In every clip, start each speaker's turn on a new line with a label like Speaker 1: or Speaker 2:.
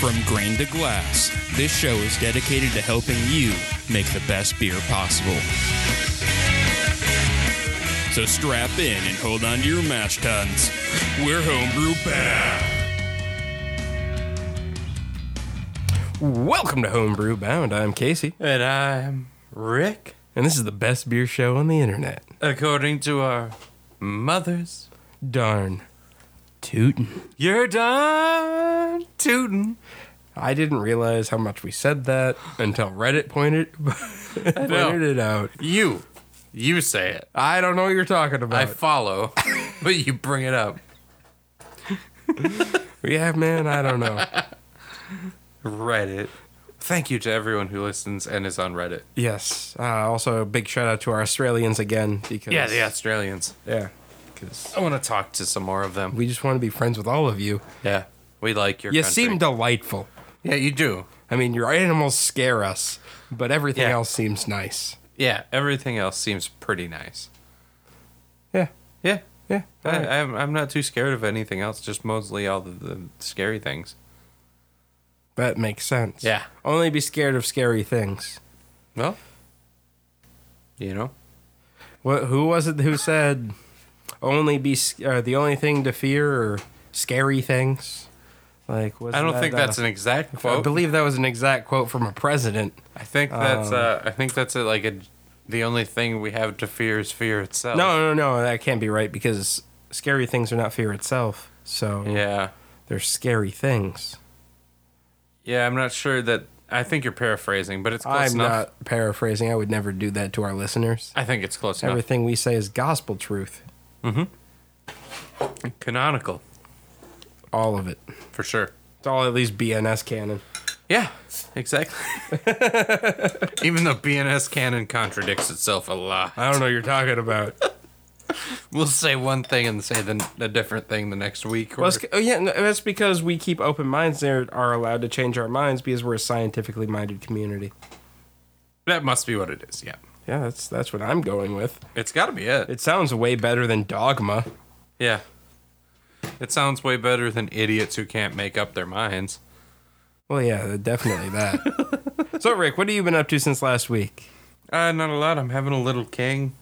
Speaker 1: From Grain to Glass, this show is dedicated to helping you make the best beer possible. So strap in and hold on to your mash tuns. We're Homebrew Bound.
Speaker 2: Welcome to Homebrew Bound. I'm Casey,
Speaker 3: And I'm Rick,
Speaker 2: and this is the best beer show on the internet.
Speaker 3: according to our mothers.
Speaker 2: Darn. Tootin'.
Speaker 3: You're done tootin'.
Speaker 2: I didn't realize how much we said that until Reddit pointed, pointed it out.
Speaker 3: You, you say it.
Speaker 2: I don't know what you're talking
Speaker 3: I
Speaker 2: about.
Speaker 3: follow, but you bring it up.
Speaker 2: yeah, man, I don't know.
Speaker 3: Reddit. Thank you to everyone who listens and is on Reddit.
Speaker 2: yes. Uh, also, a big shout out to our Australians again because
Speaker 3: Australians.
Speaker 2: yeah, because
Speaker 3: I want to talk to some more of them.
Speaker 2: we just want to be friends with all of you.
Speaker 3: Yeah, we like your.
Speaker 2: You
Speaker 3: country.
Speaker 2: seem delightful.
Speaker 3: Yeah, you do.
Speaker 2: I mean, your animals scare us, but everything
Speaker 3: Yeah.
Speaker 2: else seems nice.
Speaker 3: Yeah, everything else seems pretty nice.
Speaker 2: Yeah,
Speaker 3: Yeah,
Speaker 2: yeah.
Speaker 3: I, I'm. I'm not too scared of anything else. Just mostly all the, the scary things.
Speaker 2: That makes sense.
Speaker 3: Yeah.
Speaker 2: Only be scared of scary things.
Speaker 3: Well, you know.
Speaker 2: What? Who was it who said, "Only be sc- uh, the only thing to fear are scary things"? Like, was
Speaker 3: I don't think that's an exact
Speaker 2: I
Speaker 3: quote.
Speaker 2: believe that was an exact quote from a president.
Speaker 3: I think that's
Speaker 2: Um,
Speaker 3: uh, I think that's uh like a the only thing we have to fear is fear itself.
Speaker 2: No, no, no, that can't be right because scary things are not fear itself. So
Speaker 3: Yeah.
Speaker 2: they're scary things.
Speaker 3: Yeah, I'm not sure that I think you're paraphrasing, but it's close
Speaker 2: I'm
Speaker 3: enough.
Speaker 2: not paraphrasing. I would never do that to our listeners.
Speaker 3: I think it's close enough.
Speaker 2: Everything we say is gospel truth.
Speaker 3: Canonical,
Speaker 2: All of it.
Speaker 3: for sure.
Speaker 2: It's all at least BNS canon.
Speaker 3: Yeah, exactly. Even though BNS canon contradicts itself a lot.
Speaker 2: I don't know what you're talking about.
Speaker 3: We'll say one thing and say the, a different thing the next week. Or,
Speaker 2: Well, it's, oh, yeah, no, that's because we keep open minds. They are allowed to change our minds because we're a scientifically minded community.
Speaker 3: that must be what it is, yeah.
Speaker 2: Yeah, that's that's what I'm going with.
Speaker 3: It's got to be it.
Speaker 2: It sounds way better than dogma.
Speaker 3: Yeah. It sounds way better than idiots who can't make up their minds.
Speaker 2: Well, yeah, definitely that. so, Rick, what have you been up to since last week?
Speaker 3: Uh, not a lot. I'm having a little king.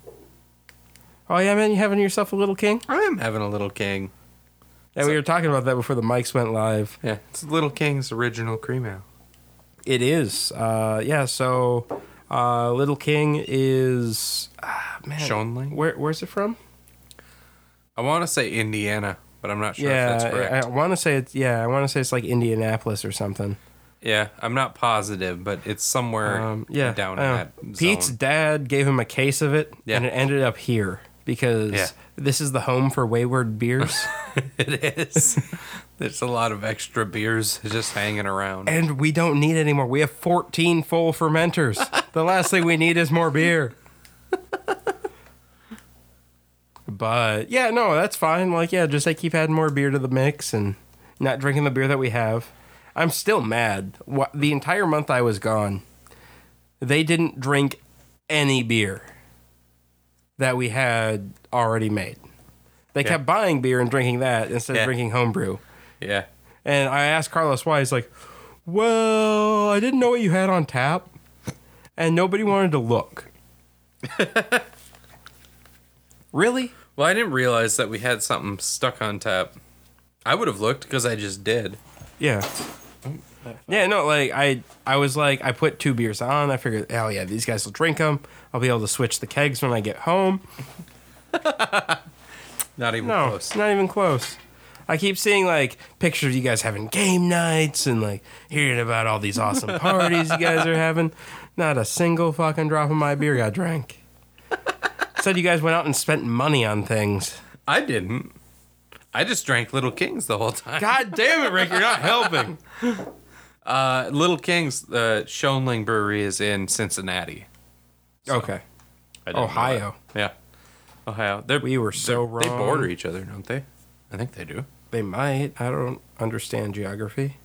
Speaker 2: Oh yeah, man, you having yourself a little king?
Speaker 3: I am having a little king.
Speaker 2: Yeah, we were talking about that before the mics went live.
Speaker 3: Yeah, it's Little King's original cream ale.
Speaker 2: It is. Uh, yeah, so uh, Little King is ah, man.
Speaker 3: Schoenling?
Speaker 2: Where where's it from?
Speaker 3: I want to say Indiana, but I'm not sure
Speaker 2: yeah,
Speaker 3: if that's
Speaker 2: I-
Speaker 3: correct.
Speaker 2: I, want to say it's yeah, I want to say it's like Indianapolis or something.
Speaker 3: yeah, I'm not positive, but it's somewhere
Speaker 2: Um, yeah,
Speaker 3: down in
Speaker 2: I
Speaker 3: that
Speaker 2: don't know. Pete's
Speaker 3: zone.
Speaker 2: dad gave him a case of it,
Speaker 3: Yeah.
Speaker 2: and it ended up here because
Speaker 3: Yeah.
Speaker 2: this is the home for wayward beers,
Speaker 3: it is. There's a lot of extra beers just hanging around.
Speaker 2: and we don't need any more. We have 14 full fermenters. the last thing we need is more beer. but yeah, no, that's fine. Like, yeah, just like keep adding more beer to the mix and not drinking the beer that we have. I'm still mad. Wha- The entire month I was gone, they didn't drink any beer that we had already made. They kept buying beer and drinking that instead
Speaker 3: Yeah.
Speaker 2: of drinking homebrew.
Speaker 3: Yeah.
Speaker 2: And I asked Carlos why. He's like, "Well, I didn't know what you had on tap, and nobody wanted to look." really?
Speaker 3: Well, I didn't realize that we had something stuck on tap. I would have looked because I just did.
Speaker 2: Yeah. Yeah, no, like I, I was like, I put two beers on. I figured, oh yeah, these guys will drink them. I'll be able to switch the kegs when I get home.
Speaker 3: Not even
Speaker 2: No,
Speaker 3: close.
Speaker 2: not even close. I keep seeing like pictures of you guys having game nights and like hearing about all these awesome parties you guys are having. Not a single fucking drop of my beer got drank. Said you guys went out and spent money on things.
Speaker 3: I didn't. I just drank Little Kings the whole time.
Speaker 2: God damn it, Rick, you're not helping.
Speaker 3: Uh, Little Kings, uh, Schoenling Brewery is in Cincinnati.
Speaker 2: Okay.
Speaker 3: I didn't know
Speaker 2: Ohio.
Speaker 3: that. Yeah. Ohio. They're,
Speaker 2: We were so wrong.
Speaker 3: they border each other, don't they? I think they do.
Speaker 2: They might. I don't understand geography.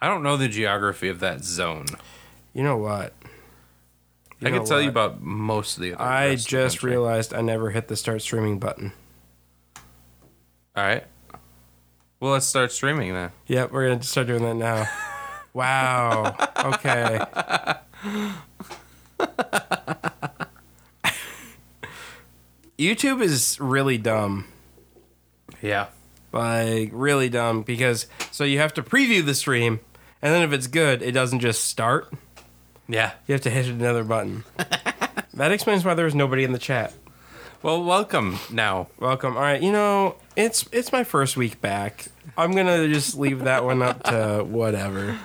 Speaker 3: I don't know the geography of that zone.
Speaker 2: You know what? You
Speaker 3: I
Speaker 2: know
Speaker 3: can tell you
Speaker 2: what?
Speaker 3: about most of the other
Speaker 2: I
Speaker 3: rest of the
Speaker 2: just
Speaker 3: country.
Speaker 2: realized I never hit the start streaming button.
Speaker 3: All right. Well, let's start streaming then.
Speaker 2: Yep, we're gonna start doing that now. Wow. Okay. YouTube is really dumb.
Speaker 3: Yeah.
Speaker 2: Like, really dumb because so you have to preview the stream, and then if it's good, it doesn't just start.
Speaker 3: Yeah.
Speaker 2: You have to hit another button. that explains why there was nobody in the chat.
Speaker 3: Well, welcome now.
Speaker 2: Welcome. All right, you know, it's it's my first week back. I'm gonna just leave that one up to whatever.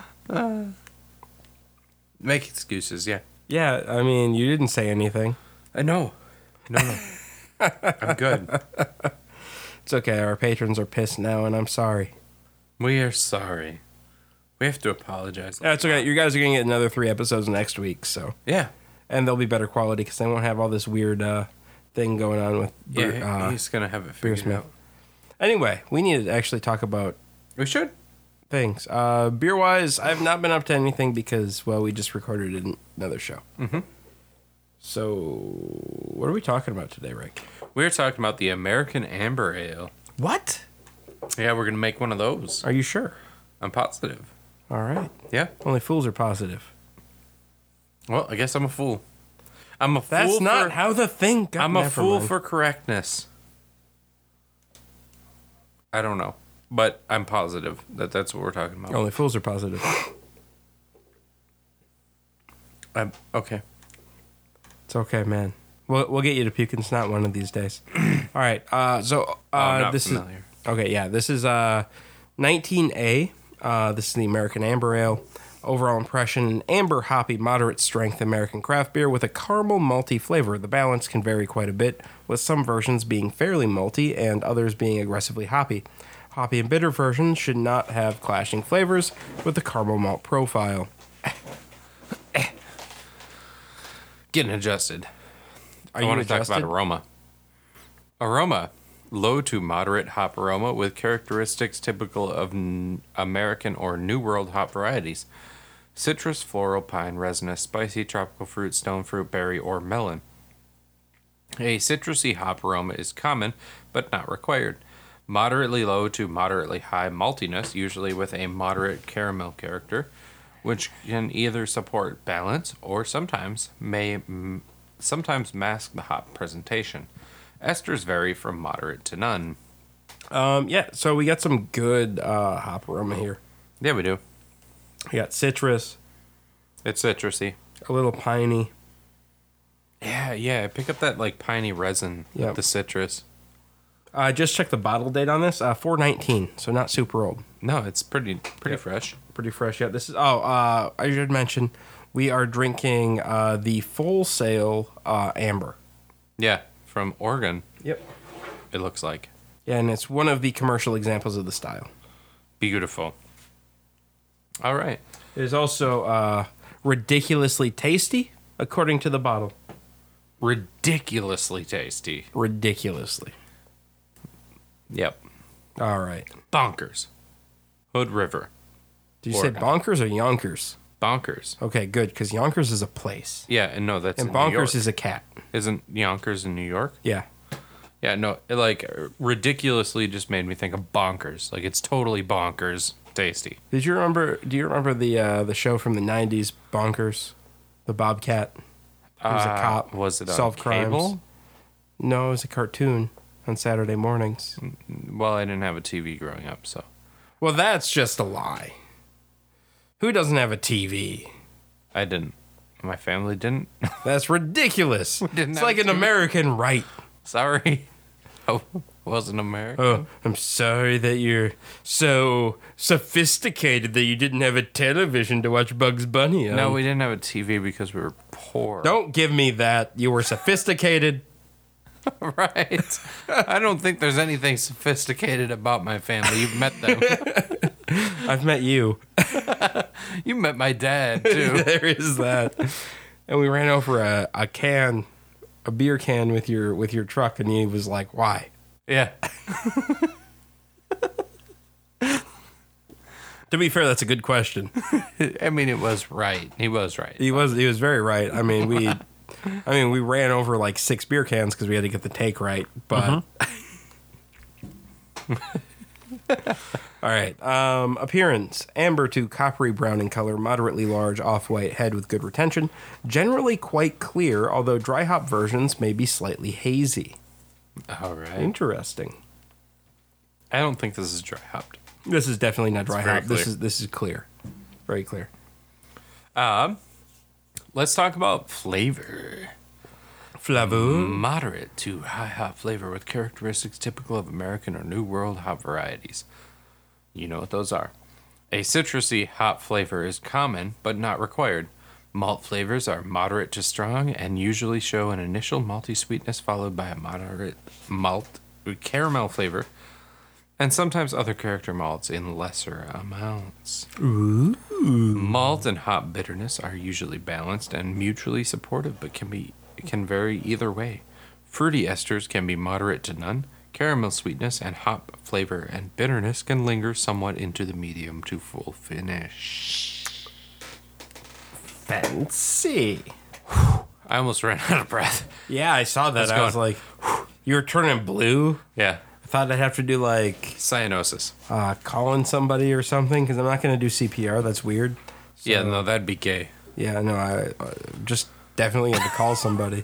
Speaker 3: Make excuses, yeah.
Speaker 2: Yeah, I mean, you didn't say anything.
Speaker 3: I know. Uh, No, no. I'm good.
Speaker 2: It's okay. Our patrons are pissed now, and I'm sorry.
Speaker 3: We are sorry. We have to apologize.
Speaker 2: That's okay. You guys are gonna get another three episodes next week, so
Speaker 3: Yeah.
Speaker 2: and they'll be better quality because they won't have all this weird uh, thing going on with
Speaker 3: Yeah,
Speaker 2: Bre- uh,
Speaker 3: he's gonna have it
Speaker 2: Beer
Speaker 3: figured
Speaker 2: Smith.
Speaker 3: out.
Speaker 2: Anyway, we need to actually talk about
Speaker 3: We should.
Speaker 2: things. Uh, beer wise, I've not been up to anything because well, we just recorded an- another show. Mm-hmm. So, what are we talking about today, Rick?
Speaker 3: We were talking about the American Amber Ale.
Speaker 2: What?
Speaker 3: Yeah, we're gonna make one of those.
Speaker 2: Are you sure?
Speaker 3: I'm positive.
Speaker 2: All right.
Speaker 3: Yeah.
Speaker 2: Only fools are positive.
Speaker 3: Well, I guess I'm a fool. I'm a
Speaker 2: That's
Speaker 3: fool.
Speaker 2: not
Speaker 3: for,
Speaker 2: how the thing got.
Speaker 3: I'm a
Speaker 2: never
Speaker 3: fool
Speaker 2: mind.
Speaker 3: for correctness. I don't know, but I'm positive that that's what we're talking about.
Speaker 2: Only fools are positive.
Speaker 3: I'm, okay.
Speaker 2: It's okay, man. We'll, we'll get you to puke and snot one of these days. All right. Uh, so uh,
Speaker 3: Oh, I'm not
Speaker 2: this
Speaker 3: familiar.
Speaker 2: is okay. Yeah, this is uh, 19A. Uh, this is the American Amber Ale. Overall impression: an amber hoppy, moderate strength American craft beer with a caramel malty flavor. The balance can vary quite a bit, with some versions being fairly malty and others being aggressively hoppy. Hoppy and bitter versions should not have clashing flavors with the caramel malt profile.
Speaker 3: Getting adjusted.
Speaker 2: Are
Speaker 3: I
Speaker 2: you
Speaker 3: want to talk about
Speaker 2: adjusted?
Speaker 3: aroma. Aroma. Low to moderate hop aroma with characteristics typical of n- American or New World hop varieties citrus, floral, pine, resinous, spicy, tropical fruit, stone fruit, berry, or melon. A citrusy hop aroma is common but not required. Moderately low to moderately high maltiness, usually with a moderate caramel character, which can either support balance or sometimes may m- sometimes mask the hop presentation. Esters vary from moderate to none.
Speaker 2: Um, yeah, so we got some good uh, hop aroma here.
Speaker 3: Yeah, we do.
Speaker 2: We got citrus,
Speaker 3: It's citrusy.
Speaker 2: a little piney.
Speaker 3: Yeah, yeah. I pick up that like piney resin with
Speaker 2: Yep.
Speaker 3: the citrus.
Speaker 2: I just checked the bottle date on this. Uh, 419, so not super old.
Speaker 3: No, it's pretty pretty fresh.
Speaker 2: Pretty fresh yet. This is oh, uh, I should mention we are drinking uh, the full sail uh, amber.
Speaker 3: Yeah, from Oregon.
Speaker 2: Yep.
Speaker 3: It looks like
Speaker 2: Yeah, and it's one of the commercial examples of the style.
Speaker 3: beautiful. All right.
Speaker 2: It is also uh, ridiculously tasty, according to the bottle.
Speaker 3: ridiculously tasty.
Speaker 2: Ridiculously.
Speaker 3: Yep.
Speaker 2: All right.
Speaker 3: Bonkers. Hood River.
Speaker 2: Did you say
Speaker 3: Oregon.
Speaker 2: bonkers or yonkers?
Speaker 3: Bonkers.
Speaker 2: Okay, good, because yonkers is a place.
Speaker 3: Yeah, and no, that's
Speaker 2: And
Speaker 3: in New York.
Speaker 2: bonkers is a cat.
Speaker 3: isn't Yonkers in New York.
Speaker 2: Yeah.
Speaker 3: Yeah, no, it like ridiculously just made me think of bonkers. Like it's totally bonkers tasty.
Speaker 2: Did you remember? Do you remember the uh, the show from the '90s, Bonkers, the Bobcat? He was
Speaker 3: Uh,
Speaker 2: a cop.
Speaker 3: was it on
Speaker 2: solved crimes?
Speaker 3: cable?
Speaker 2: No, it was a cartoon on Saturday mornings.
Speaker 3: Well, I didn't have a TV growing up, so
Speaker 2: Well, that's just a lie. Who doesn't have a TV?
Speaker 3: I didn't. My family didn't.
Speaker 2: That's ridiculous.
Speaker 3: didn't
Speaker 2: it's
Speaker 3: have
Speaker 2: like
Speaker 3: a
Speaker 2: an
Speaker 3: TV.
Speaker 2: American right.
Speaker 3: Sorry. I wasn't American.
Speaker 2: Oh, I'm sorry that you're so sophisticated that you didn't have a television to watch Bugs Bunny on.
Speaker 3: No, we didn't have a TV because we were poor.
Speaker 2: don't give me that. You were sophisticated.
Speaker 3: Right. I don't think there's anything sophisticated about my family. You've met them.
Speaker 2: I've met you.
Speaker 3: You met my dad too.
Speaker 2: there is that. And we ran over a, a can, a beer can with your with your truck, and he was like, "Why?
Speaker 3: yeah.
Speaker 2: To be fair, that's a good question.
Speaker 3: I mean, it was right. He was right.
Speaker 2: He was he was very right. I mean we, I mean we ran over like Mm-hmm. six beer cans because we had to get the take right, but All right. Um, appearance amber to coppery brown in color, moderately large, off white, head with good retention. Generally quite clear, although dry hop versions may be slightly hazy.
Speaker 3: All right.
Speaker 2: Interesting.
Speaker 3: I don't think this is dry hopped.
Speaker 2: This is definitely not dry
Speaker 3: very
Speaker 2: hop. This
Speaker 3: clear.
Speaker 2: is this is clear, very clear.
Speaker 3: Let's talk about flavor.
Speaker 2: Flavor.
Speaker 3: Moderate to high hop flavor with characteristics typical of American or New World hop varieties. You know what those are. A citrusy hop flavor is common but not required. Malt flavors are moderate to strong and usually show an initial malty sweetness followed by a moderate malt caramel flavor and sometimes other character malts in lesser amounts. Malt and hop bitterness are usually balanced and mutually supportive, but can be can vary either way. Fruity esters can be moderate to none. Caramel sweetness and hop flavor and bitterness can linger somewhat into the medium to full finish.
Speaker 2: Fancy.
Speaker 3: I almost ran out of breath.
Speaker 2: Yeah, I saw that.
Speaker 3: Let's
Speaker 2: I
Speaker 3: go.
Speaker 2: was like, you were turning blue.
Speaker 3: Yeah,
Speaker 2: I thought I'd have to do like
Speaker 3: cyanosis.
Speaker 2: uh, calling somebody or something because I'm not going to do CPR. That's weird.
Speaker 3: yeah, no, that'd be gay.
Speaker 2: Yeah, no, I uh, just definitely had to call somebody.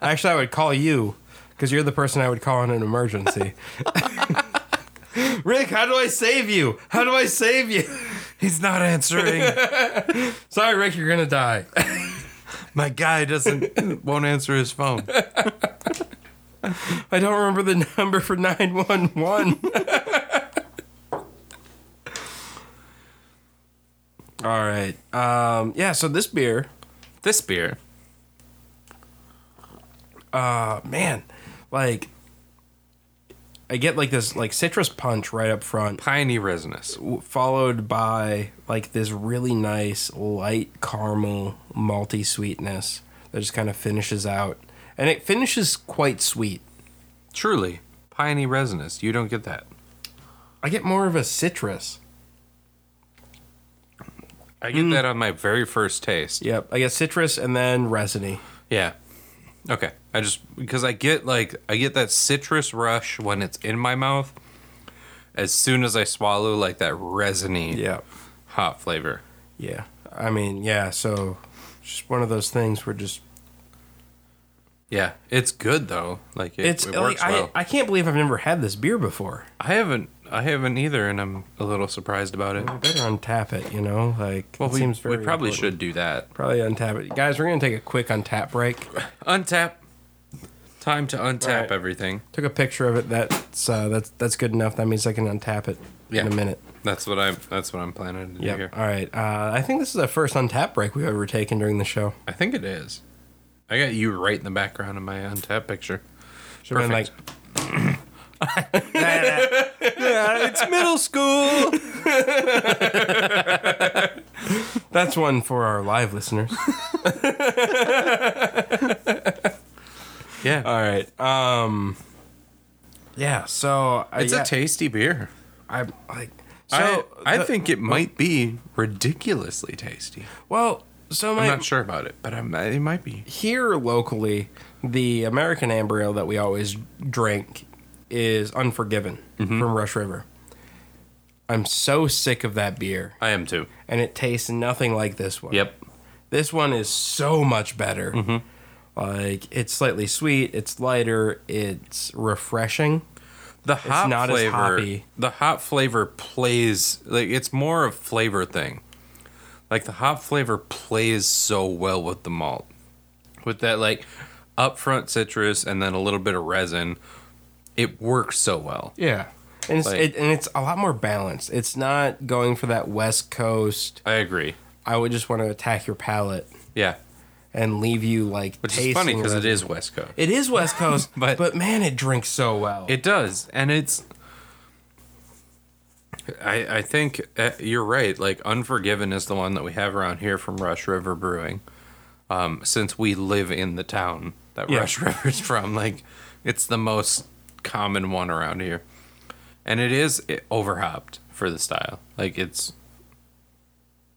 Speaker 2: Actually, I would call you because you're the person I would call in an emergency. Rick, how do I save you? How do I save you?
Speaker 3: He's not answering.
Speaker 2: Sorry, Rick, you're gonna die.
Speaker 3: My guy doesn't won't answer his phone.
Speaker 2: I don't remember the number for nine one one. All right. Um, yeah. So this beer,
Speaker 3: This beer.
Speaker 2: man, like, I get like this like citrus punch right up front.
Speaker 3: piney resinous.
Speaker 2: w- followed by like this really nice light caramel malty sweetness that just kind of finishes out and it finishes quite sweet
Speaker 3: Truly, piney resinous. You don't get that.
Speaker 2: i get more of a citrus
Speaker 3: I get that on my very first taste. Yeah.
Speaker 2: yep i get citrus and then resiny
Speaker 3: Okay. I just because I get like I get that citrus rush when it's in my mouth. As soon as I swallow, like that resiny
Speaker 2: yeah
Speaker 3: hot flavor.
Speaker 2: yeah i mean yeah so just one of those things where just
Speaker 3: Yeah, it's good though. Like it,
Speaker 2: it's
Speaker 3: it
Speaker 2: like
Speaker 3: works well. I,
Speaker 2: I, I can't believe i've never had this beer before
Speaker 3: haven't. I haven't either, and I'm a little surprised about it.
Speaker 2: i better untap it you know like
Speaker 3: Well,
Speaker 2: it
Speaker 3: we,
Speaker 2: seems very
Speaker 3: we probably
Speaker 2: important.
Speaker 3: should do that.
Speaker 2: probably untap it guys we're gonna take a quick untap break
Speaker 3: Untap. Time to untap
Speaker 2: Right.
Speaker 3: everything.
Speaker 2: Took a picture of it. That's uh, that's that's good enough. That means I can untap it in
Speaker 3: Yeah.
Speaker 2: a minute.
Speaker 3: That's what I'm. That's what I'm planning to do here.
Speaker 2: Yep. All right. Uh, I think this is the first untap break we've ever taken during the show.
Speaker 3: I think it is. I got you right in the background of my untapped picture.
Speaker 2: Should have been like
Speaker 3: It's middle school.
Speaker 2: that's one for our live listeners.
Speaker 3: yeah.
Speaker 2: All right. Um. Yeah. So I,
Speaker 3: it's
Speaker 2: yeah,
Speaker 3: a tasty beer.
Speaker 2: I'm like so.
Speaker 3: So I, I
Speaker 2: the-
Speaker 3: think it might be ridiculously tasty.
Speaker 2: well. So
Speaker 3: I'm
Speaker 2: my
Speaker 3: not sure about it, but I'm, it might be.
Speaker 2: here locally, the American amber ale that we always drink is Unforgiven
Speaker 3: Mm-hmm.
Speaker 2: from Rush River. I'm so sick of that beer.
Speaker 3: I am too.
Speaker 2: and it tastes nothing like this one. This one is so much better.
Speaker 3: Mm-hmm.
Speaker 2: Like it's slightly sweet, it's lighter, it's refreshing.
Speaker 3: The hot
Speaker 2: not as
Speaker 3: flavor.
Speaker 2: hoppy.
Speaker 3: the hot flavor plays like it's more a flavor thing. Like the hot flavor plays so well with the malt. With that like upfront citrus and then a little bit of resin, it works so well.
Speaker 2: Yeah. And it's
Speaker 3: Like-
Speaker 2: it, and it's a lot more balanced. It's not going for that West Coast.
Speaker 3: I agree.
Speaker 2: I would just want to attack your palate
Speaker 3: Yeah,
Speaker 2: and leave you like
Speaker 3: which
Speaker 2: tasting.
Speaker 3: is funny because it
Speaker 2: resin.
Speaker 3: is West Coast.
Speaker 2: it is West Coast, but
Speaker 3: But-
Speaker 2: but man, it drinks so well.
Speaker 3: It does, and it's. I I think uh, you're right. Like Unforgiven is the one that we have around here from Rush River Brewing, um, since we live in the town that
Speaker 2: Yeah.
Speaker 3: Rush River's from. Like, it's the most common one around here, and it is eh, overhopped for the style. Like it's.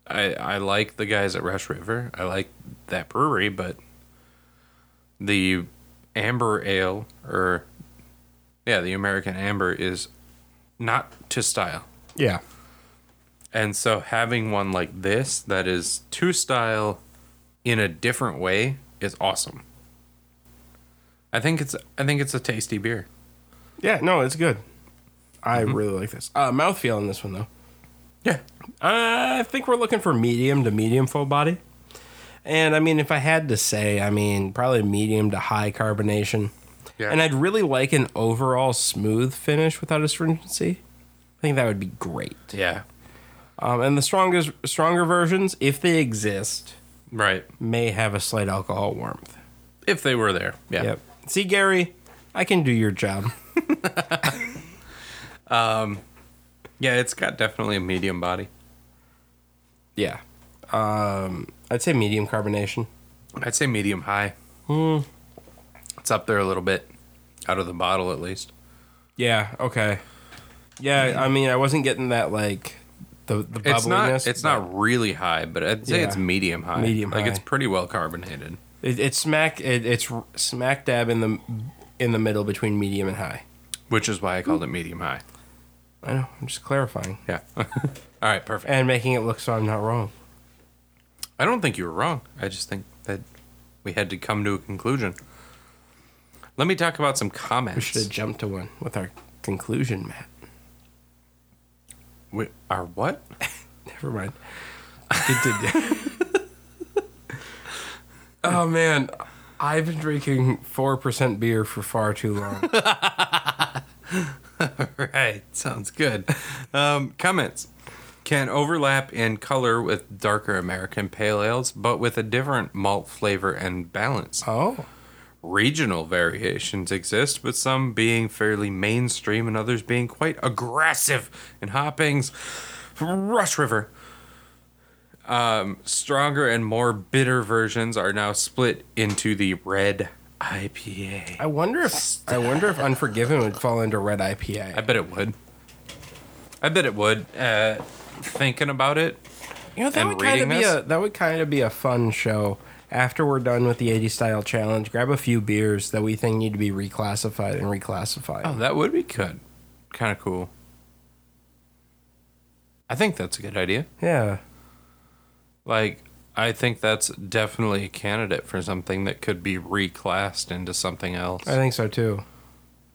Speaker 3: I I like the guys at Rush River. I like that brewery, but the amber ale or yeah, the American amber is not to style.
Speaker 2: Yeah.
Speaker 3: And so having one like this that is to style in a different way is awesome. I think it's I think it's a tasty beer.
Speaker 2: Yeah, no, it's good. I really like this. Uh, mouthfeel on this one, though.
Speaker 3: Mm-hmm.
Speaker 2: Uh,
Speaker 3: Yeah.
Speaker 2: I think we're looking for medium to medium full body. And I mean, if I had to say, I mean, probably medium to high carbonation.
Speaker 3: Yeah.
Speaker 2: And I'd really like an overall smooth finish without astringency. I think that would be great.
Speaker 3: Yeah.
Speaker 2: Um, and the strongest, stronger versions, if they exist,
Speaker 3: Right.
Speaker 2: may have a slight alcohol warmth.
Speaker 3: If they were there. Yeah.
Speaker 2: Yep. See, Gary, I can do your job.
Speaker 3: Yeah, it's got definitely a medium body.
Speaker 2: Yeah. Um, I'd say medium carbonation.
Speaker 3: I'd say medium high.
Speaker 2: Hmm.
Speaker 3: It's up there a little bit. Out of the bottle at least.
Speaker 2: Yeah. Okay. Yeah. I mean, I wasn't getting that like the the bubbliness.
Speaker 3: It's not it's
Speaker 2: but
Speaker 3: not really high, but I'd say
Speaker 2: Yeah.
Speaker 3: it's medium high.
Speaker 2: Medium
Speaker 3: like it's
Speaker 2: high.
Speaker 3: pretty well carbonated.
Speaker 2: It, it's smack. It, it's r- smack dab in the in the middle between medium and high.
Speaker 3: Which is why I called it medium high.
Speaker 2: I know. I'm just clarifying
Speaker 3: Yeah. All right, perfect.
Speaker 2: and making it look so I'm not wrong.
Speaker 3: I don't think you were wrong. I just think that we had to come to a conclusion. Let me talk about some
Speaker 2: We should have
Speaker 3: comments.
Speaker 2: jumped to one with our conclusion, Matt.
Speaker 3: We, our what?
Speaker 2: Never mind. It did- oh man, I've been drinking four percent beer for far too long.
Speaker 3: Right. Sounds good. Um, comments can overlap in color with darker American pale ales, but with a different malt flavor and balance.
Speaker 2: Oh,
Speaker 3: Regional variations exist, with some being fairly mainstream and others being quite aggressive in hoppings. Rush River. Um, stronger and more bitter versions are now split into the red IPA.
Speaker 2: I wonder if I wonder if Unforgiven would fall into red IPA.
Speaker 3: I bet it would. I bet it would. Uh, thinking about it,
Speaker 2: You know, that
Speaker 3: and
Speaker 2: would kind of
Speaker 3: reading
Speaker 2: be
Speaker 3: this?
Speaker 2: a that would kind of be a fun show. After we're done with the 80 style challenge, grab a few beers that we think need to be reclassified and reclassified.
Speaker 3: oh, that would be good. Kind of cool. I think that's a good idea.
Speaker 2: Yeah.
Speaker 3: Like, I think that's definitely a candidate for something that could be reclassed into something else.
Speaker 2: I think so too.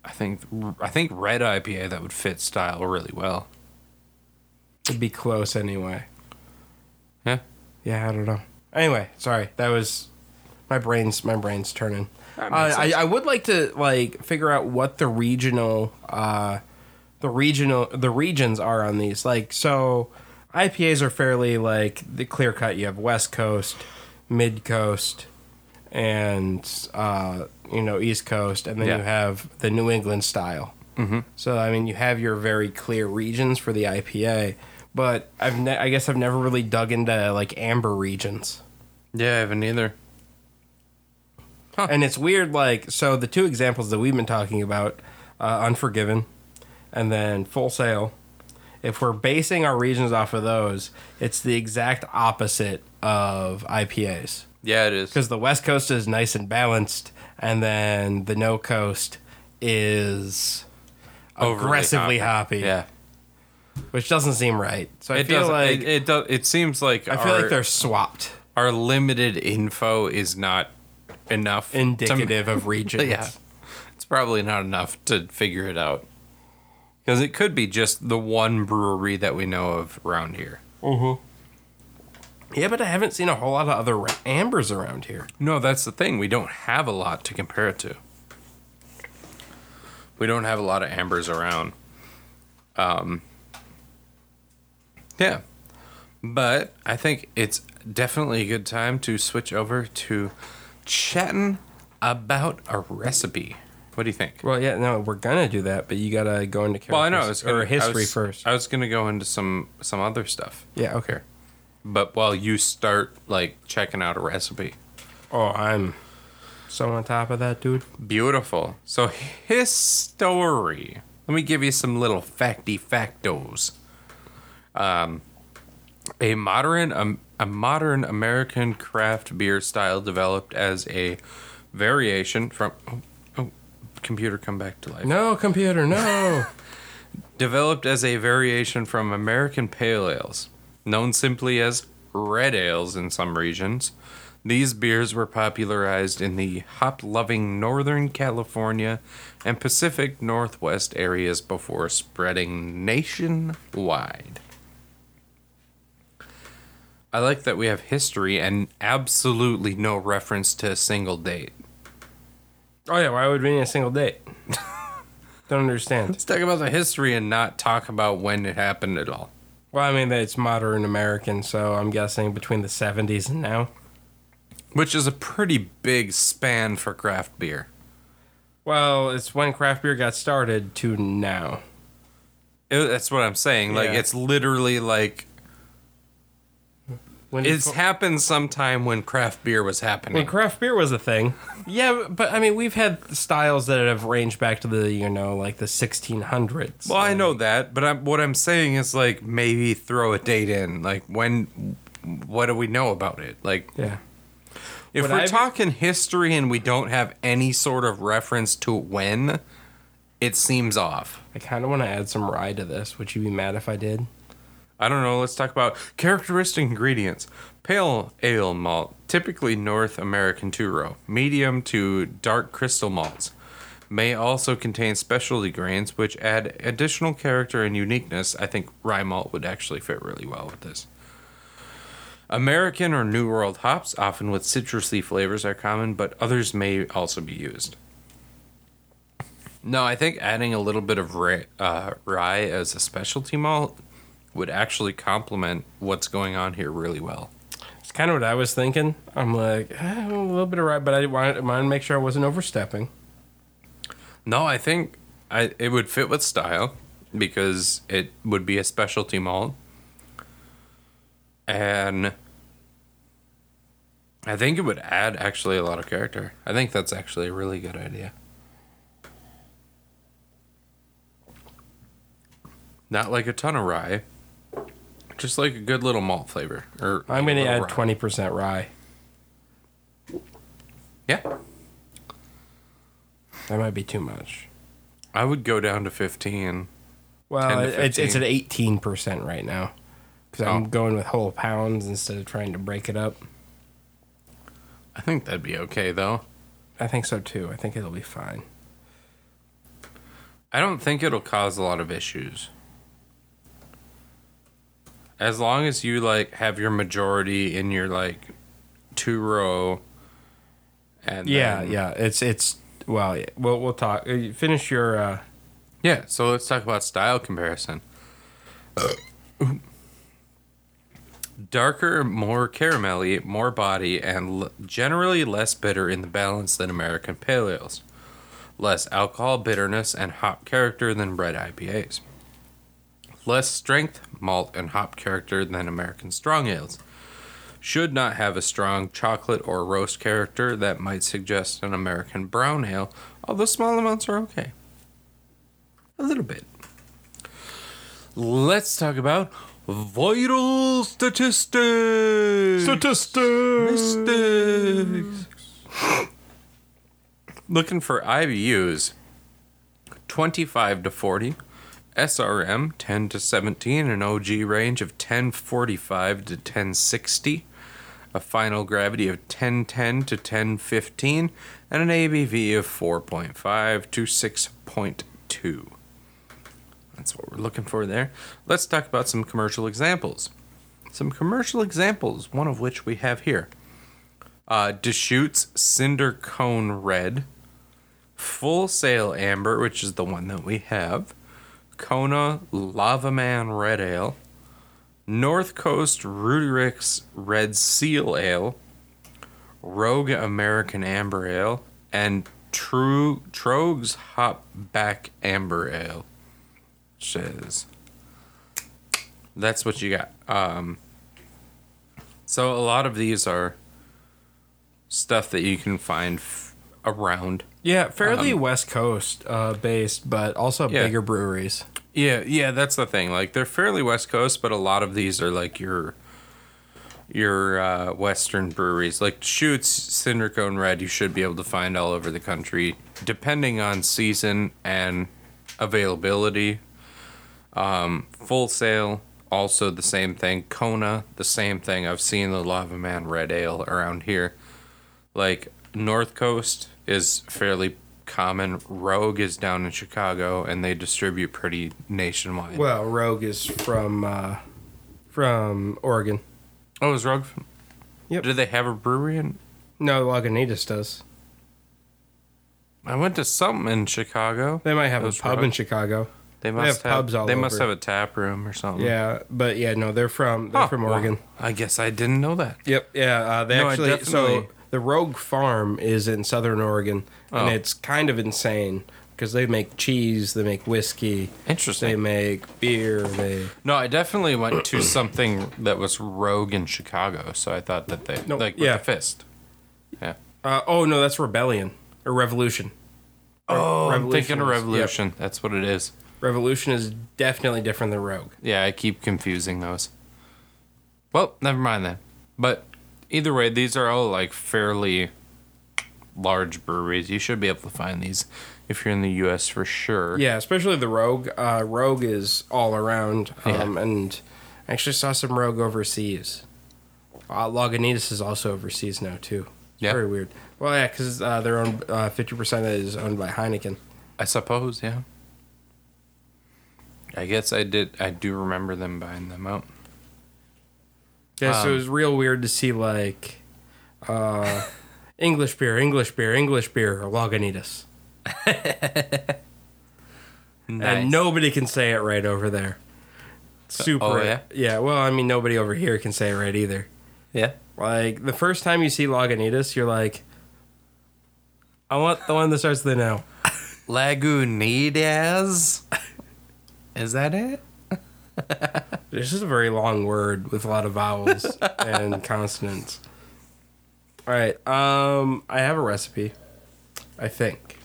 Speaker 3: I think I think red IPA that would fit style really well.
Speaker 2: It'd be close anyway.
Speaker 3: Yeah.
Speaker 2: Yeah, I don't know. Anyway, sorry. That was my brain's my brain's turning. Uh,
Speaker 3: That makes
Speaker 2: I,
Speaker 3: sense.
Speaker 2: I would like to like figure out what the regional uh, the regional the regions are on these. Like so, IPAs are fairly like the clear cut. You have West Coast, Mid Coast, and uh, you know East Coast, and then
Speaker 3: Yeah.
Speaker 2: you have the New England style. So I mean, you have your very clear regions for the IPA, but I've ne- I guess I've never really dug into like amber regions.
Speaker 3: Yeah, I haven't either.
Speaker 2: And it's weird, like so the two examples that we've been talking about, uh, Unforgiven, and then Full Sail. If we're basing our regions off of those, it's the exact opposite of IPAs
Speaker 3: Yeah, it is.
Speaker 2: because the West Coast is nice and balanced, and then the No Coast is
Speaker 3: Overly
Speaker 2: aggressively hoppy.
Speaker 3: Yeah.
Speaker 2: which doesn't seem right. So I
Speaker 3: It
Speaker 2: feel
Speaker 3: does
Speaker 2: like
Speaker 3: it, it does it seems like
Speaker 2: I feel
Speaker 3: our,
Speaker 2: like they're swapped,
Speaker 3: our limited info is not enough to-
Speaker 2: indicative of regions.
Speaker 3: yeah. It's probably not enough to figure it out. Cuz it could be just the one brewery that we know of around here.
Speaker 2: yeah, but I haven't seen a whole lot of other ra- ambers around here.
Speaker 3: No, that's the thing. We don't have a lot to compare it to. We don't have a lot of ambers around. Um, yeah. But I think it's definitely a good time to switch over to chatting about a recipe. What do you think?
Speaker 2: Well, yeah, no, we're gonna do that, but you gotta go into characters
Speaker 3: Well, I know. I was gonna,
Speaker 2: or history
Speaker 3: I was-
Speaker 2: first.
Speaker 3: I was going to go into some some other stuff.
Speaker 2: yeah, okay.
Speaker 3: But while you start like checking out a recipe.
Speaker 2: Oh, I'm so on top of that, dude.
Speaker 3: Beautiful. So his story. Let me give you some little facty factos. Um, a modern um, a modern American craft beer style developed as a variation from oh, oh, computer come back to life.
Speaker 2: No computer, no.
Speaker 3: Developed as a variation from American pale ales, known simply as red ales in some regions, these beers were popularized in the hop loving Northern California and Pacific Northwest areas before spreading nationwide. I like that we have history and absolutely no reference to a single date.
Speaker 2: Oh yeah, why would we need a single date? Don't understand.
Speaker 3: Let's talk about the history and not talk about when it happened at all.
Speaker 2: Well, I mean that it's modern American, so I'm guessing between the '70s and now.
Speaker 3: Which is a pretty big span for craft beer.
Speaker 2: Well, it's when craft beer got started to now.
Speaker 3: It- that's what I'm saying. Like,
Speaker 2: Yeah.
Speaker 3: it's literally like
Speaker 2: When
Speaker 3: it's happened sometime when craft beer was
Speaker 2: when
Speaker 3: happening.
Speaker 2: craft beer was a thing. Yeah, but I mean we've had styles that have ranged back to the you know like the 1600s.
Speaker 3: Well, I know that, but I'm, what I'm saying is like maybe throw a date in. Like, when, what do we know about it? Like,
Speaker 2: yeah.
Speaker 3: If
Speaker 2: Would
Speaker 3: we're
Speaker 2: I be-
Speaker 3: talking history and we don't have any sort of reference to when, it seems off.
Speaker 2: I kind of want to add some rye to this. Would you be mad if I did?
Speaker 3: I don't know. Let's talk about characteristic ingredients. Pale ale malt, typically North American two row, medium to dark crystal malts, may also contain specialty grains which add additional character and uniqueness. I think rye malt would actually fit really well with this. American or New World hops, often with citrusy flavors, are common, but others may also be used. No, I think adding a little bit of rye, uh, rye as a specialty malt would actually complement what's going on here really well.
Speaker 2: It's kind of what I was thinking. I'm like eh, a little bit of rye, but I wanted, wanted to make sure I wasn't overstepping.
Speaker 3: No, I think I, it would fit with style because it would be a specialty malt. And I think it would add actually a lot of character. I think that's actually a really good idea. Not like a ton of rye, just like a good little malt flavor. Or
Speaker 2: I'm going to
Speaker 3: little
Speaker 2: add
Speaker 3: rye.
Speaker 2: 20% rye.
Speaker 3: Yeah,
Speaker 2: That might be too much.
Speaker 3: I would go down to fifteen. 10
Speaker 2: Well,
Speaker 3: to
Speaker 2: it's it's at 18% right now because I'm
Speaker 3: Oh.
Speaker 2: going with whole pounds instead of trying to break it up.
Speaker 3: I think that'd be okay though.
Speaker 2: I think so too. I think it'll be fine.
Speaker 3: I don't think it'll cause a lot of issues. As long as you like have your majority in your like two row and
Speaker 2: Yeah,
Speaker 3: then-
Speaker 2: yeah. It's it's well, yeah, we'll we'll talk. Uh, Finish your uh
Speaker 3: Yeah, so let's talk about style comparison. Darker, more caramelly, more body, and l- generally less bitter in the balance than American pale ales. Less alcohol bitterness and hop character than red IPAs. Less strength, malt, and hop character than American strong ales. Should not have a strong chocolate or roast character that might suggest an American brown ale, although small amounts are okay. A little bit. Let's talk about vital statistics.
Speaker 2: statistics.
Speaker 3: statistics. Looking for IBUs 25 to 40, SRM 10 to 17, an OG range of 1045 to 1060, a final gravity of 1010 to 1015, and an ABV of 4.5 to 6.2. That's what we're looking for there. Let's talk about some commercial examples. Some commercial examples, one of which we have here. Uh, Deschutes Cinder Cone Red, Full Sail Amber, which is the one that we have, Kona Lava Man Red Ale, North Coast Ruderic's Red Seal Ale, Rogue American Amber Ale, and True Trogues Hop Back Amber Ale. Shiz. That's what you got. Um, so a lot of these are stuff that you can find f- around.
Speaker 2: Yeah, fairly West Coast uh, based, but also
Speaker 3: Um, Yeah.
Speaker 2: bigger breweries.
Speaker 3: Yeah, yeah, that's the thing. Like they're fairly West Coast, but a lot of these are like your your uh, Western breweries, like Shoots, Cinder Cone Red. You should be able to find all over the country, depending on season and availability. Um, Full Sail, also the same thing. Kona, the same thing. I've seen the Lava Man Red Ale around here. Like North Coast is fairly common. Rogue is down in Chicago, and they distribute pretty nationwide.
Speaker 2: Well, Rogue is from uh, from Oregon.
Speaker 3: oh, is Rogue?
Speaker 2: Yep.
Speaker 3: Do they have a brewery? In,
Speaker 2: No, Lagunitas does.
Speaker 3: I went to something in Chicago.
Speaker 2: They might have
Speaker 3: Those
Speaker 2: a pub in
Speaker 3: Rogue.
Speaker 2: Chicago.
Speaker 3: They must
Speaker 2: have
Speaker 3: have
Speaker 2: pubs all
Speaker 3: They must
Speaker 2: over.
Speaker 3: have a tap room or something.
Speaker 2: Yeah, but yeah, no, they're from they're
Speaker 3: Hmm. Huh,
Speaker 2: from
Speaker 3: well,
Speaker 2: Oregon.
Speaker 3: I guess I didn't know that.
Speaker 2: Yep. Yeah. Uh, they
Speaker 3: No, I
Speaker 2: actually. So
Speaker 3: definitely-
Speaker 2: the Rogue Farm is in Southern Oregon,
Speaker 3: Oh.
Speaker 2: and it's kind of insane because they make cheese, they make whiskey, they
Speaker 3: Interesting.
Speaker 2: make beer. They
Speaker 3: No, I definitely went to something that was rogue in Chicago, so I thought that they
Speaker 2: No,
Speaker 3: like
Speaker 2: yeah.
Speaker 3: with the fist. Yeah.
Speaker 2: uh, oh no, that's Rebellion or Revolution.
Speaker 3: Oh, I'm
Speaker 2: Revolution
Speaker 3: thinking of
Speaker 2: is-
Speaker 3: revolution. That's what it is.
Speaker 2: Revolution is definitely different than Rogue.
Speaker 3: Yeah, I keep confusing those. Well, never mind then. But either way, these are all like fairly large breweries. You should be able to find these if you're in the U.S. for sure.
Speaker 2: Yeah, especially the Rogue. Uh, Rogue is all around, um,
Speaker 3: Yeah.
Speaker 2: and I actually saw some Rogue overseas. Uh, Lagunitas is also overseas now too. It's
Speaker 3: Yeah.
Speaker 2: very weird. Well, yeah, because uh, they're owned fifty percent is owned by Heineken.
Speaker 3: I suppose, yeah. I guess I did. I do remember them buying them out.
Speaker 2: Yeah,
Speaker 3: Um,
Speaker 2: so it was real weird to see like uh, English beer, English beer, English beer, or Lagunitas, and nobody can say it right over there. Super.
Speaker 3: oh, yeah?
Speaker 2: yeah. Well, I mean, nobody over here can say it right either.
Speaker 3: yeah.
Speaker 2: Like the first time you see Lagunitas, you're like, I want the one that starts with an L.
Speaker 3: Lagunitas. Is that it?
Speaker 2: This is a very long word with a lot of vowels and consonants. All right. Um, I have a recipe. I think.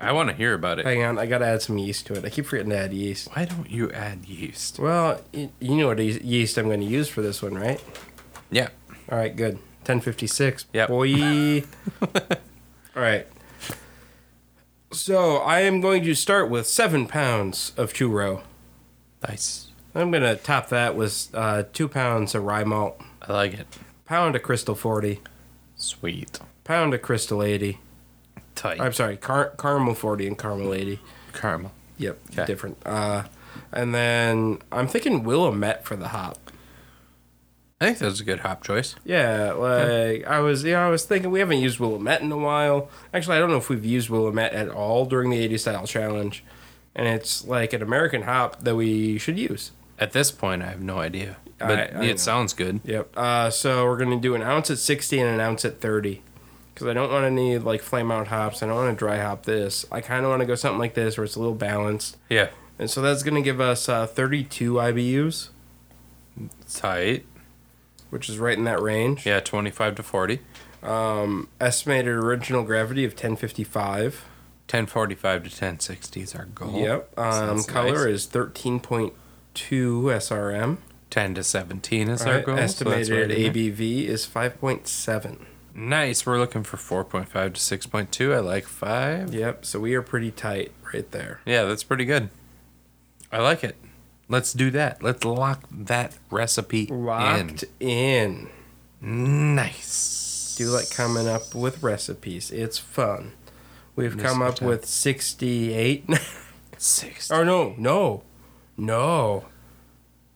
Speaker 3: I want to hear about it.
Speaker 2: Hang on, I gotta add some yeast to it. I keep forgetting to add yeast.
Speaker 3: Why don't you add yeast?
Speaker 2: Well, y- you know what ye- yeast I'm going to use for this one, right?
Speaker 3: Yeah.
Speaker 2: All right, good. 1056.
Speaker 3: Yep.
Speaker 2: Boy. All right. So I am going to start with seven pounds of churro.
Speaker 3: Nice.
Speaker 2: I'm going to top that with uh, two pounds of rye malt,
Speaker 3: I like it.
Speaker 2: pound of crystal 40,
Speaker 3: Sweet.
Speaker 2: pound of crystal 80.
Speaker 3: Tight.
Speaker 2: I'm sorry, car- caramel 40 and caramel 80.
Speaker 3: Caramel.
Speaker 2: Yep,
Speaker 3: Okay.
Speaker 2: different. Uh, and then I'm thinking Willamette for the hop.
Speaker 3: I think that's a good hop choice.
Speaker 2: Yeah, like I was, you know, I was thinking we haven't used Willamette in a while. Actually, I don't know if we've used Willamette at all during the 80 style challenge, and it's like an American hop that we should use.
Speaker 3: At this point, I have no idea, but
Speaker 2: I- I
Speaker 3: it
Speaker 2: know.
Speaker 3: sounds good.
Speaker 2: Yep. Uh, so we're gonna do an ounce at 60 and an ounce at 30, because I don't want any like flame out hops. I don't want to dry hop this. I kind of want to go something like this where it's a little balanced,
Speaker 3: Yeah.
Speaker 2: and so that's gonna give us uh, 32 IBUs,
Speaker 3: Tight.
Speaker 2: which is right in that range.
Speaker 3: Yeah, 25 to 40.
Speaker 2: Estimated original gravity of 1055.
Speaker 3: 1045 to 1060 is our goal.
Speaker 2: Yep.
Speaker 3: So
Speaker 2: Um,
Speaker 3: that's
Speaker 2: color
Speaker 3: Mm-hmm. nice.
Speaker 2: is 13.2 SRM.
Speaker 3: 10 to 17 is our
Speaker 2: Alright,
Speaker 3: goal. so that's
Speaker 2: Estimated
Speaker 3: right in there.
Speaker 2: ABV is 5.7.
Speaker 3: Nice. We're looking for 4.5 to 6.2. I like 5.
Speaker 2: Yep. So we are pretty tight right there.
Speaker 3: Yeah, that's pretty good. I like it. Let's do that. Let's lock that recipe
Speaker 2: Locked in.
Speaker 3: in. Nice.
Speaker 2: Do like coming up with recipes. It's fun. We've
Speaker 3: Yes,
Speaker 2: come
Speaker 3: we
Speaker 2: up
Speaker 3: have.
Speaker 2: with 68.
Speaker 3: six.
Speaker 2: oh no, no, no.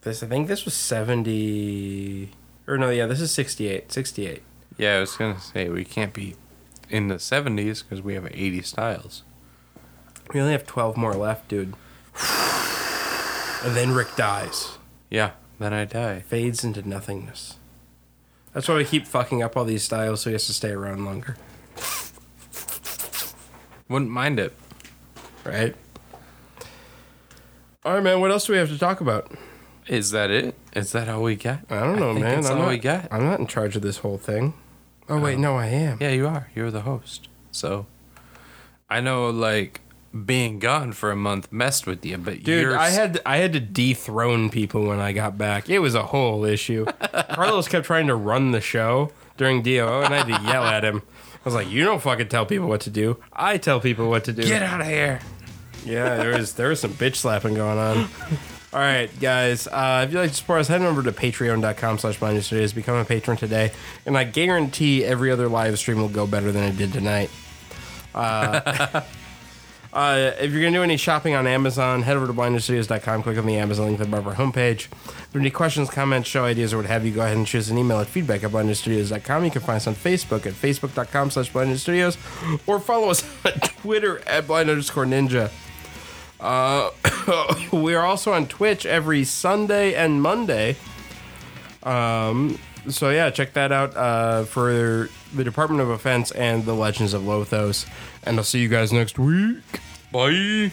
Speaker 2: This I think this was 70. Or no, yeah, this is 68. 68.
Speaker 3: Yeah, I was gonna say we can't be in the seventies because we have eighty styles.
Speaker 2: We only have 12 more left, dude. And then Rick dies.
Speaker 3: Yeah, then I die.
Speaker 2: fades into nothingness. That's why we keep fucking up all these styles, so he has to stay around longer,
Speaker 3: Wouldn't mind it.
Speaker 2: right? All right, man. What else do we have to talk about?
Speaker 3: Is that it? Is that all we got?
Speaker 2: I don't know,
Speaker 3: think
Speaker 2: man.
Speaker 3: That's
Speaker 2: I'm
Speaker 3: all
Speaker 2: not,
Speaker 3: we got.
Speaker 2: I'm not in charge of this whole thing. Oh wait, no, I am.
Speaker 3: Yeah, you are. You're the host. So I know, like being gone for a month messed with you, but
Speaker 2: Dude,
Speaker 3: you're
Speaker 2: I had I had to dethrone people when I got back. It was a whole issue. Carlos kept trying to run the show during DOO, and I had to yell at him. I was like, "You don't fucking tell people what to do. I tell people what to do."
Speaker 3: get out of here.
Speaker 2: Yeah, there was there was some bitch slapping going on. All right, guys. Uh, if you'd like to support us, head on over to patreon.com slash mine yesterdays. Become a patron today. And I guarantee every other live stream will go better than it did tonight. Uh, uh, if you're going to do any shopping on Amazon, head over to blindstudios.com. Click on the Amazon link at the bottom of our homepage. If there are any questions, comments, show ideas, or what have you, go ahead and shoot us an email at feedback at blindstudios.com. You can find us on Facebook at facebook.com slash blindstudios. Or follow us on Twitter at blind underscore ninja. We are also on Twitch every Sunday and Monday. Um, so yeah, check that out uh, for the Department of Offense and the Legends of Lothos. And I'll see you guys next week.
Speaker 3: Bye.